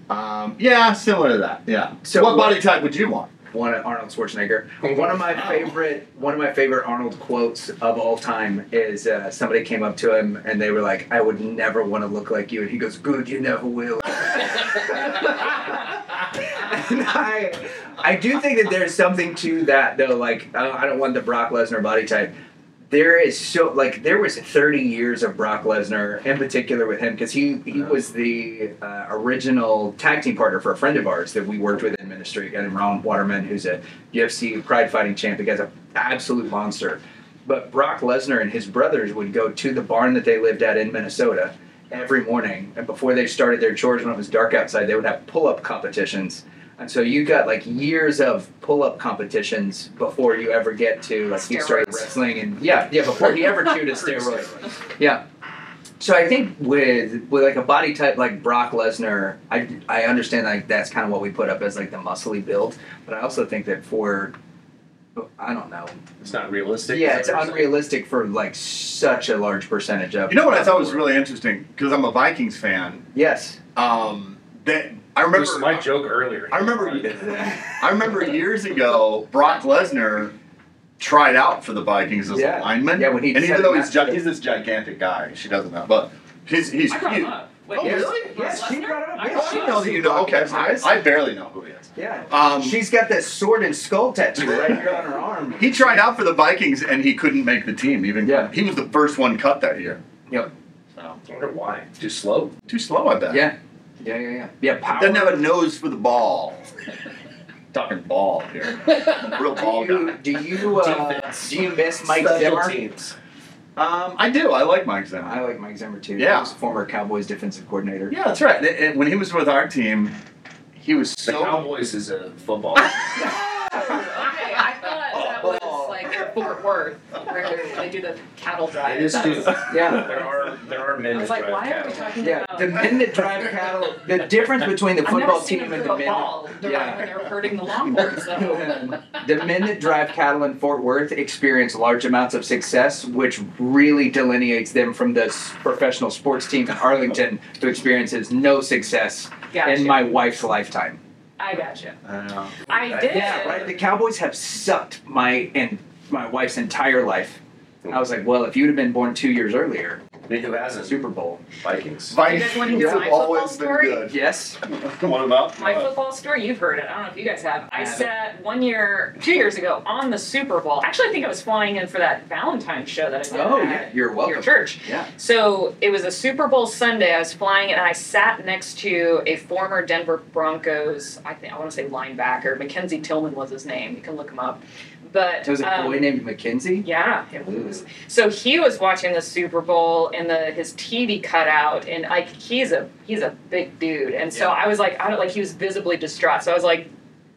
[SPEAKER 10] um, yeah, similar to that. Yeah.
[SPEAKER 2] So
[SPEAKER 10] what
[SPEAKER 2] what-
[SPEAKER 10] body type would you want?
[SPEAKER 2] one Arnold
[SPEAKER 3] *laughs*
[SPEAKER 2] Schwarzenegger. One of my favorite one of my favorite Arnold quotes of all time is uh, somebody came up to him and they were like, "I would never want to look like you," and he goes, "Good, you never will." *laughs* and I, I do think that there's something to that though. Like, I don't, I don't want the Brock Lesnar body type. There is so like there was 30 years of Brock Lesnar in particular with him because he he was the uh, original tag team partner for a friend of ours that we worked with in ministry. A guy named Ron Waterman, who's a UFC Pride Fighting champ. The guy's an absolute monster. But Brock Lesnar and his brothers would go to the barn that they lived at in Minnesota every morning, and before they started their chores when it was dark outside, they would have pull-up competitions. And so you got like years of pull-up competitions before you ever get to like he started
[SPEAKER 7] Steroids.
[SPEAKER 2] wrestling and yeah, yeah, before he ever chewed a steroid. Yeah. So I think with with like a body type like Brock Lesnar, I I understand like that's kind of what we put up as like the muscly build, but I also think that for I don't know.
[SPEAKER 3] It's not realistic.
[SPEAKER 2] yeah,
[SPEAKER 3] is
[SPEAKER 2] it's
[SPEAKER 3] that what you're saying?
[SPEAKER 2] unrealistic for like such a large percentage of.
[SPEAKER 10] You know what I thought was really interesting because I'm a Vikings fan.
[SPEAKER 2] *laughs* Yes.
[SPEAKER 10] *laughs* Um, that I
[SPEAKER 3] It was
[SPEAKER 10] remember
[SPEAKER 3] my joke earlier.
[SPEAKER 10] I remember. I remember years ago, Brock Lesnar tried out for the Vikings as
[SPEAKER 2] Yeah.
[SPEAKER 10] a lineman.
[SPEAKER 2] Yeah, when he
[SPEAKER 10] and even
[SPEAKER 2] said
[SPEAKER 10] though he's,
[SPEAKER 2] that-
[SPEAKER 10] gi- he's this gigantic guy, she doesn't know, but he's he's
[SPEAKER 7] I brought
[SPEAKER 10] huge.
[SPEAKER 7] him up. Wait,
[SPEAKER 10] Oh,
[SPEAKER 7] yes.
[SPEAKER 10] really?
[SPEAKER 2] Yes, she brought it up.
[SPEAKER 7] I
[SPEAKER 2] Yeah,
[SPEAKER 7] brought
[SPEAKER 10] She
[SPEAKER 7] it
[SPEAKER 10] knows
[SPEAKER 7] up.
[SPEAKER 10] who you know. Okay, I, I barely know who he is.
[SPEAKER 2] Yeah.
[SPEAKER 10] Um,
[SPEAKER 2] She's got that sword and skull tattoo right here on her arm.
[SPEAKER 10] he tried out for the Vikings and he couldn't make the team. Even
[SPEAKER 2] Yeah.
[SPEAKER 10] he was the first one cut that year.
[SPEAKER 2] Yep.
[SPEAKER 10] So
[SPEAKER 3] I wonder why. Too slow.
[SPEAKER 10] too slow, I bet.
[SPEAKER 2] Yeah. Yeah, yeah, yeah. Yeah, power.
[SPEAKER 10] Doesn't have a nose for the ball. Talking ball here. Real ball
[SPEAKER 2] do
[SPEAKER 10] guy.
[SPEAKER 2] you, do
[SPEAKER 10] *laughs*
[SPEAKER 2] you, uh,
[SPEAKER 3] Defense.
[SPEAKER 2] do you miss Mike
[SPEAKER 3] Special
[SPEAKER 2] Zimmer?
[SPEAKER 3] teams.
[SPEAKER 10] Um, I do. I like Mike Zimmer.
[SPEAKER 2] I like Mike Zimmer too.
[SPEAKER 10] Yeah.
[SPEAKER 2] He was former Cowboys defensive coordinator.
[SPEAKER 10] Yeah, that's right. It- it- when he was with our team, he was
[SPEAKER 3] The
[SPEAKER 10] so.
[SPEAKER 3] Cowboys is a
[SPEAKER 7] *laughs*
[SPEAKER 3] football.
[SPEAKER 7] Okay, I thought that
[SPEAKER 2] Oh,
[SPEAKER 7] was like in Fort Worth where they do the cattle drive.
[SPEAKER 3] it is too.
[SPEAKER 7] That's-
[SPEAKER 2] Yeah.
[SPEAKER 3] There are there are
[SPEAKER 7] I
[SPEAKER 3] men that
[SPEAKER 7] was like,
[SPEAKER 3] drive
[SPEAKER 7] why are
[SPEAKER 3] cattle.
[SPEAKER 7] we talking
[SPEAKER 2] Yeah,
[SPEAKER 7] about?
[SPEAKER 2] the men that drive cattle, the difference between the
[SPEAKER 7] I've never
[SPEAKER 2] football
[SPEAKER 7] seen
[SPEAKER 2] team
[SPEAKER 7] them
[SPEAKER 2] and
[SPEAKER 7] throw
[SPEAKER 2] the
[SPEAKER 7] a
[SPEAKER 2] men.
[SPEAKER 7] ball during
[SPEAKER 2] Yeah.
[SPEAKER 7] when they're hurting the
[SPEAKER 2] *laughs*
[SPEAKER 7] longhorns. though.
[SPEAKER 2] the men that drive cattle in Fort Worth experience large amounts of success, which really delineates them from the s- professional sports team in Arlington, who experiences no success
[SPEAKER 7] Gotcha.
[SPEAKER 2] in my wife's lifetime.
[SPEAKER 7] I gotcha.
[SPEAKER 10] Uh,
[SPEAKER 7] I did.
[SPEAKER 2] Yeah, right. The Cowboys have sucked my and my wife's entire life. I was like, well, if you'd have been born two years earlier,
[SPEAKER 3] Who hasn't?
[SPEAKER 2] Super Bowl.
[SPEAKER 3] Vikings.
[SPEAKER 7] guys wanna hear my
[SPEAKER 10] have always
[SPEAKER 7] football
[SPEAKER 10] been
[SPEAKER 7] story?
[SPEAKER 10] good.
[SPEAKER 2] Yes.
[SPEAKER 10] What about?
[SPEAKER 3] uh,
[SPEAKER 7] My football story, you've heard it. I don't know if you guys have. I
[SPEAKER 2] Uh, haven't.
[SPEAKER 7] sat one year, two years ago, on the Super Bowl. Actually, I think I was flying in for that Valentine's show that I did
[SPEAKER 2] Oh,
[SPEAKER 7] at
[SPEAKER 2] yeah, you're welcome.
[SPEAKER 7] your church.
[SPEAKER 2] Yeah.
[SPEAKER 7] So it was a Super Bowl Sunday. I was flying and I sat next to a former Denver Broncos. I think I want to say linebacker. Mackenzie Tillman was his name. You can look him up. But
[SPEAKER 2] There was a
[SPEAKER 7] um,
[SPEAKER 2] boy named Mackenzie.
[SPEAKER 7] yeah, it was. So he was watching the Super Bowl and the his TV cutout, and like he's a he's a big dude, and so
[SPEAKER 2] Yeah.
[SPEAKER 7] I was like, I don't like he was visibly distraught. So I was like,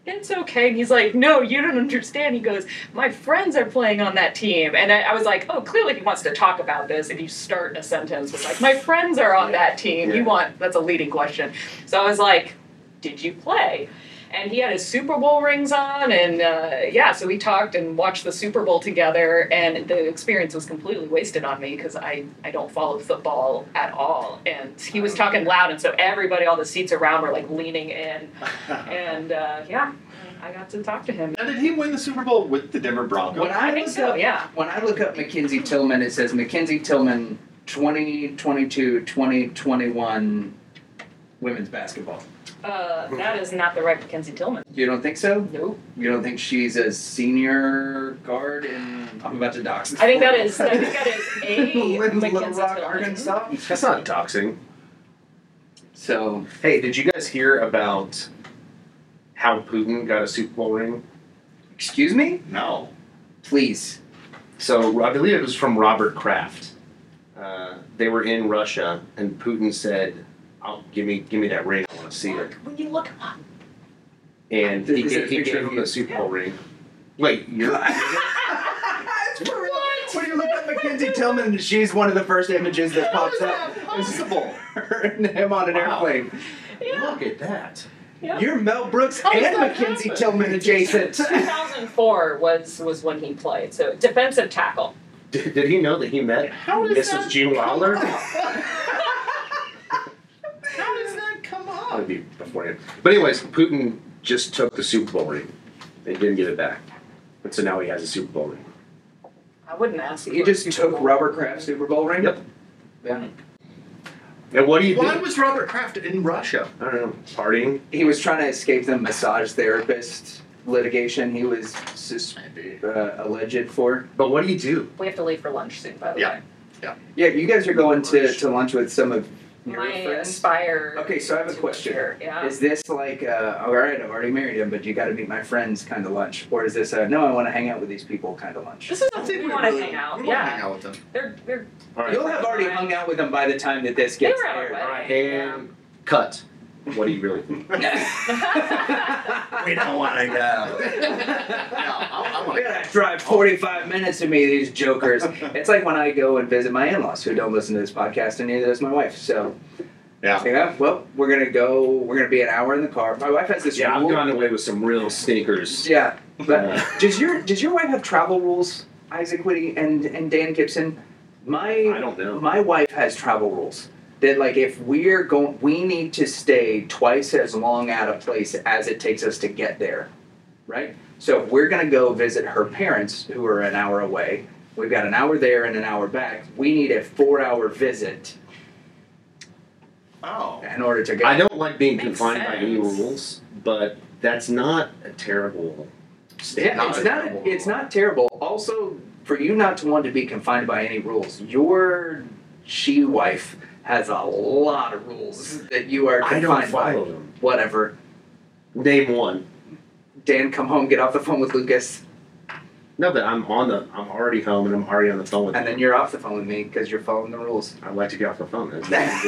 [SPEAKER 7] it's okay, and he's like, no, you don't understand. He goes, my friends are playing on that team, and I, I was like, oh, clearly he wants to talk about this. If you start a sentence with like, my friends are on that team,
[SPEAKER 10] Yeah.
[SPEAKER 7] you want that's a leading question. So I was like, did you play? and he had his Super Bowl rings on, and uh, yeah, so we talked and watched the Super Bowl together, and the experience was completely wasted on me because I I don't follow football at all, and he was talking loud, and so everybody, all the seats around, were like leaning
[SPEAKER 10] *laughs*
[SPEAKER 7] in, and uh, yeah, I got to talk to him.
[SPEAKER 10] Now, did he win the Super Bowl with the Denver Broncos?
[SPEAKER 2] When I,
[SPEAKER 7] I think
[SPEAKER 2] look
[SPEAKER 7] so,
[SPEAKER 2] up,
[SPEAKER 7] yeah.
[SPEAKER 2] When I look up Mackenzie Tillman, it says Mackenzie Tillman 2022 2021 women's basketball.
[SPEAKER 7] Uh, that is not the right Mackenzie Tillman.
[SPEAKER 2] You don't think so?
[SPEAKER 7] Nope.
[SPEAKER 2] You don't think she's a senior guard in. I'm about to dox. this
[SPEAKER 7] I think that
[SPEAKER 2] fool.
[SPEAKER 7] is. I think
[SPEAKER 2] *laughs*
[SPEAKER 7] that is a
[SPEAKER 2] Little
[SPEAKER 7] Mackenzie
[SPEAKER 2] Rock,
[SPEAKER 7] Tillman.
[SPEAKER 2] Arkansas.
[SPEAKER 3] That's not doxing.
[SPEAKER 2] So,
[SPEAKER 3] Hey, did you guys hear about how Putin got a Super Bowl ring?
[SPEAKER 2] excuse me?
[SPEAKER 10] No.
[SPEAKER 2] *laughs* Please.
[SPEAKER 3] So I believe it was from Robert Kraft. Uh, they were in Russia, and Putin said, "I'll give me give me that ring. I want to see it."
[SPEAKER 7] When you look
[SPEAKER 2] *laughs*
[SPEAKER 7] him up.
[SPEAKER 3] And he,
[SPEAKER 2] Is it a
[SPEAKER 3] gave, he
[SPEAKER 2] picture
[SPEAKER 3] gave
[SPEAKER 2] of
[SPEAKER 3] him
[SPEAKER 2] you?
[SPEAKER 3] the Super Bowl ring. Wait, you're
[SPEAKER 2] It's for real. When you look up Mackenzie Tillman, she's one of the first images that pops up. *laughs*
[SPEAKER 3] possible?
[SPEAKER 2] Her and him on an
[SPEAKER 3] Wow.
[SPEAKER 2] airplane.
[SPEAKER 3] Look at that.
[SPEAKER 7] Yeah.
[SPEAKER 2] You're Mel Brooks
[SPEAKER 7] How does
[SPEAKER 2] and
[SPEAKER 7] that
[SPEAKER 2] Mackenzie
[SPEAKER 3] happen?
[SPEAKER 2] Tillman
[SPEAKER 7] *laughs*
[SPEAKER 2] adjacent. *laughs*
[SPEAKER 7] 2004 was was when he played. So defensive tackle.
[SPEAKER 3] *laughs* Did, did he know that he met
[SPEAKER 10] How does
[SPEAKER 3] Mrs.
[SPEAKER 10] that
[SPEAKER 3] Gene Lawler? *laughs*
[SPEAKER 10] How does that come
[SPEAKER 3] That would
[SPEAKER 10] up?
[SPEAKER 3] be beforehand. But anyways, Putin just took the Super Bowl ring. They didn't get it back, and so now he has a Super Bowl ring.
[SPEAKER 7] I wouldn't ask.
[SPEAKER 2] You
[SPEAKER 7] for a
[SPEAKER 2] just
[SPEAKER 7] Super
[SPEAKER 2] took
[SPEAKER 7] Bowl.
[SPEAKER 2] Robert Kraft's Super Bowl ring?
[SPEAKER 3] Yep.
[SPEAKER 2] Yeah.
[SPEAKER 3] And what do you
[SPEAKER 10] Why
[SPEAKER 3] think?
[SPEAKER 10] was Robert Kraft in Russia?
[SPEAKER 3] I don't know. Partying.
[SPEAKER 2] He was trying to escape the massage therapist litigation he was sus-
[SPEAKER 10] Maybe.
[SPEAKER 2] uh, alleged for.
[SPEAKER 3] But what do you do?
[SPEAKER 7] We have to leave for lunch soon, by the
[SPEAKER 10] Yeah.
[SPEAKER 7] way.
[SPEAKER 2] Yeah, you guys are going to, to lunch with some of your
[SPEAKER 7] My
[SPEAKER 2] friends.
[SPEAKER 7] Aspire.
[SPEAKER 2] Okay, so I have a
[SPEAKER 7] to
[SPEAKER 2] question.
[SPEAKER 7] appear, Yeah.
[SPEAKER 2] Is this like, uh, all right, I've already married him, but you got to meet my friends kind of lunch? Or is this a, no, I want to hang out with these people kind of lunch?
[SPEAKER 7] This is
[SPEAKER 10] I
[SPEAKER 7] a
[SPEAKER 10] think
[SPEAKER 7] we
[SPEAKER 10] we
[SPEAKER 7] want to
[SPEAKER 10] really-
[SPEAKER 7] hang out.
[SPEAKER 10] we wanna
[SPEAKER 7] yeah.
[SPEAKER 10] hang out with them.
[SPEAKER 7] They're they're
[SPEAKER 3] All right.
[SPEAKER 2] You'll have already hung out with them by the time that this
[SPEAKER 7] they
[SPEAKER 2] gets
[SPEAKER 7] were at our
[SPEAKER 2] aired.
[SPEAKER 7] wedding.
[SPEAKER 3] And cut. What do you really think?
[SPEAKER 7] *laughs*
[SPEAKER 10] We don't *laughs* want to go. I, I want
[SPEAKER 2] We gotta drive 45 minutes to meet these jokers. *laughs* it's like when I go and visit my in laws who don't listen to this podcast, and neither does my wife. So,
[SPEAKER 10] Yeah.
[SPEAKER 2] you know, well, we're gonna go, we're gonna be an hour in the car. My wife has this
[SPEAKER 3] Yeah, I've
[SPEAKER 2] rule.
[SPEAKER 3] gone away with some real sneakers.
[SPEAKER 2] Yeah, but
[SPEAKER 3] Yeah.
[SPEAKER 2] does your does your wife have travel rules, Isaac Whitty and and Dan Gibson?
[SPEAKER 3] I
[SPEAKER 2] My
[SPEAKER 3] don't know.
[SPEAKER 2] my wife has travel rules that like if we're going, we need to stay twice as long at a place as it takes us to get there, right? So if we're gonna go visit her parents who are an hour away. We've got an hour there and an hour back. We need a four-hour visit
[SPEAKER 10] Oh.
[SPEAKER 2] in order to go.
[SPEAKER 3] I don't like being
[SPEAKER 7] Makes
[SPEAKER 3] confined by any
[SPEAKER 7] sense.
[SPEAKER 3] rules, but that's not a terrible statement.
[SPEAKER 2] Yeah, it's not.
[SPEAKER 10] terrible.
[SPEAKER 2] It's not terrible. Also, for you not to want to be confined by any rules, your she wife has a lot of rules that you are
[SPEAKER 3] I
[SPEAKER 2] confined
[SPEAKER 3] don't follow
[SPEAKER 2] by.
[SPEAKER 3] them.
[SPEAKER 2] Whatever.
[SPEAKER 3] Name one.
[SPEAKER 2] Dan, come home. Get off the phone with Lucas,
[SPEAKER 3] No, but I'm on the. I'm already home and I'm already on the phone with.
[SPEAKER 2] and then you're off the phone with me because you're following the rules. *laughs*
[SPEAKER 3] I like to get off the phone. That's nothing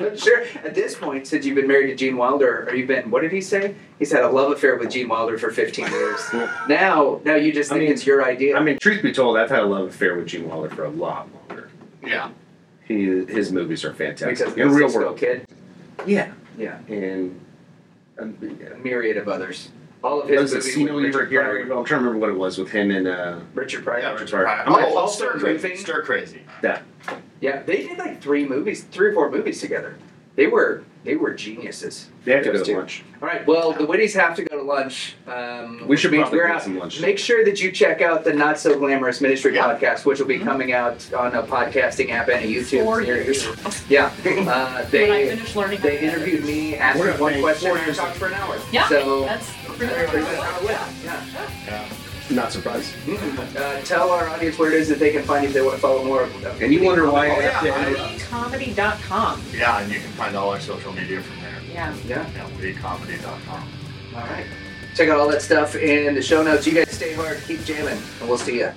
[SPEAKER 3] to do.
[SPEAKER 2] sure. At this point, since you've been married to Gene Wilder, or you've been, what did he say? He's had a love affair with Gene Wilder for 15 years. now, now you just
[SPEAKER 3] I
[SPEAKER 2] think
[SPEAKER 3] mean-
[SPEAKER 2] it's your *laughs* idea.
[SPEAKER 3] I mean, truth be told, I've had a love affair with Gene Wilder for a lot longer.
[SPEAKER 10] Yeah.
[SPEAKER 3] He, his movies are
[SPEAKER 2] because
[SPEAKER 3] fantastic.
[SPEAKER 2] of
[SPEAKER 3] In
[SPEAKER 2] the
[SPEAKER 3] real
[SPEAKER 2] Cisco
[SPEAKER 3] world.
[SPEAKER 2] kid,
[SPEAKER 3] Yeah.
[SPEAKER 2] yeah.
[SPEAKER 3] And. um, yeah.
[SPEAKER 2] a myriad of others. All of
[SPEAKER 3] There
[SPEAKER 2] his
[SPEAKER 3] was a
[SPEAKER 2] movies
[SPEAKER 3] scene
[SPEAKER 2] with
[SPEAKER 3] over
[SPEAKER 2] Richard
[SPEAKER 3] here.
[SPEAKER 2] Pryor.
[SPEAKER 3] I'm trying to remember what it was with him and. uh
[SPEAKER 2] Richard Pryor.
[SPEAKER 10] Yeah,
[SPEAKER 2] Yeah.
[SPEAKER 10] Richard Pryor.
[SPEAKER 3] I'm like,
[SPEAKER 10] Oh,
[SPEAKER 2] also
[SPEAKER 10] stir
[SPEAKER 2] grieving.
[SPEAKER 10] crazy. Stir crazy.
[SPEAKER 3] That.
[SPEAKER 2] they did like three movies, three or four movies together. They were they were geniuses.
[SPEAKER 3] They have to
[SPEAKER 2] Those
[SPEAKER 3] go to
[SPEAKER 2] two.
[SPEAKER 3] lunch.
[SPEAKER 2] All right. Well, the Whitties have to go to lunch. Um,
[SPEAKER 3] We should
[SPEAKER 2] which means
[SPEAKER 3] probably
[SPEAKER 2] we're
[SPEAKER 3] get
[SPEAKER 2] out.
[SPEAKER 3] some lunch.
[SPEAKER 2] Make sure that you check out the Not So Glamorous Ministry
[SPEAKER 10] Yeah.
[SPEAKER 2] podcast, which will
[SPEAKER 7] Mm-hmm.
[SPEAKER 2] be coming out on a podcasting app and a YouTube
[SPEAKER 7] Four
[SPEAKER 2] series.
[SPEAKER 7] *laughs* years.
[SPEAKER 2] Yeah. Uh,
[SPEAKER 7] when I
[SPEAKER 2] they
[SPEAKER 7] finished learning. how
[SPEAKER 2] they
[SPEAKER 7] to edit.
[SPEAKER 2] interviewed me,
[SPEAKER 10] We're
[SPEAKER 2] asked
[SPEAKER 10] gonna
[SPEAKER 2] one
[SPEAKER 10] pay
[SPEAKER 2] question,
[SPEAKER 10] four
[SPEAKER 2] and I
[SPEAKER 10] years.
[SPEAKER 2] talked for an hour.
[SPEAKER 7] Yeah.
[SPEAKER 2] So.
[SPEAKER 7] that's pretty
[SPEAKER 2] I
[SPEAKER 7] much
[SPEAKER 2] think
[SPEAKER 7] what
[SPEAKER 2] that's how it went.
[SPEAKER 7] it was.
[SPEAKER 2] Yeah.
[SPEAKER 10] Yeah.
[SPEAKER 3] Not surprised.
[SPEAKER 2] Uh, tell our audience where it is that they can find you if they want to follow more of them.
[SPEAKER 3] And you wonder why I have
[SPEAKER 10] yeah.
[SPEAKER 3] to.
[SPEAKER 7] Comedycom.
[SPEAKER 10] Yeah, and you can find all our social media from there.
[SPEAKER 7] Yeah.
[SPEAKER 2] Yeah.
[SPEAKER 10] At WeComedy.com.
[SPEAKER 2] All right. Check out all that stuff in the show notes. You guys stay hard, keep jamming, and we'll see ya.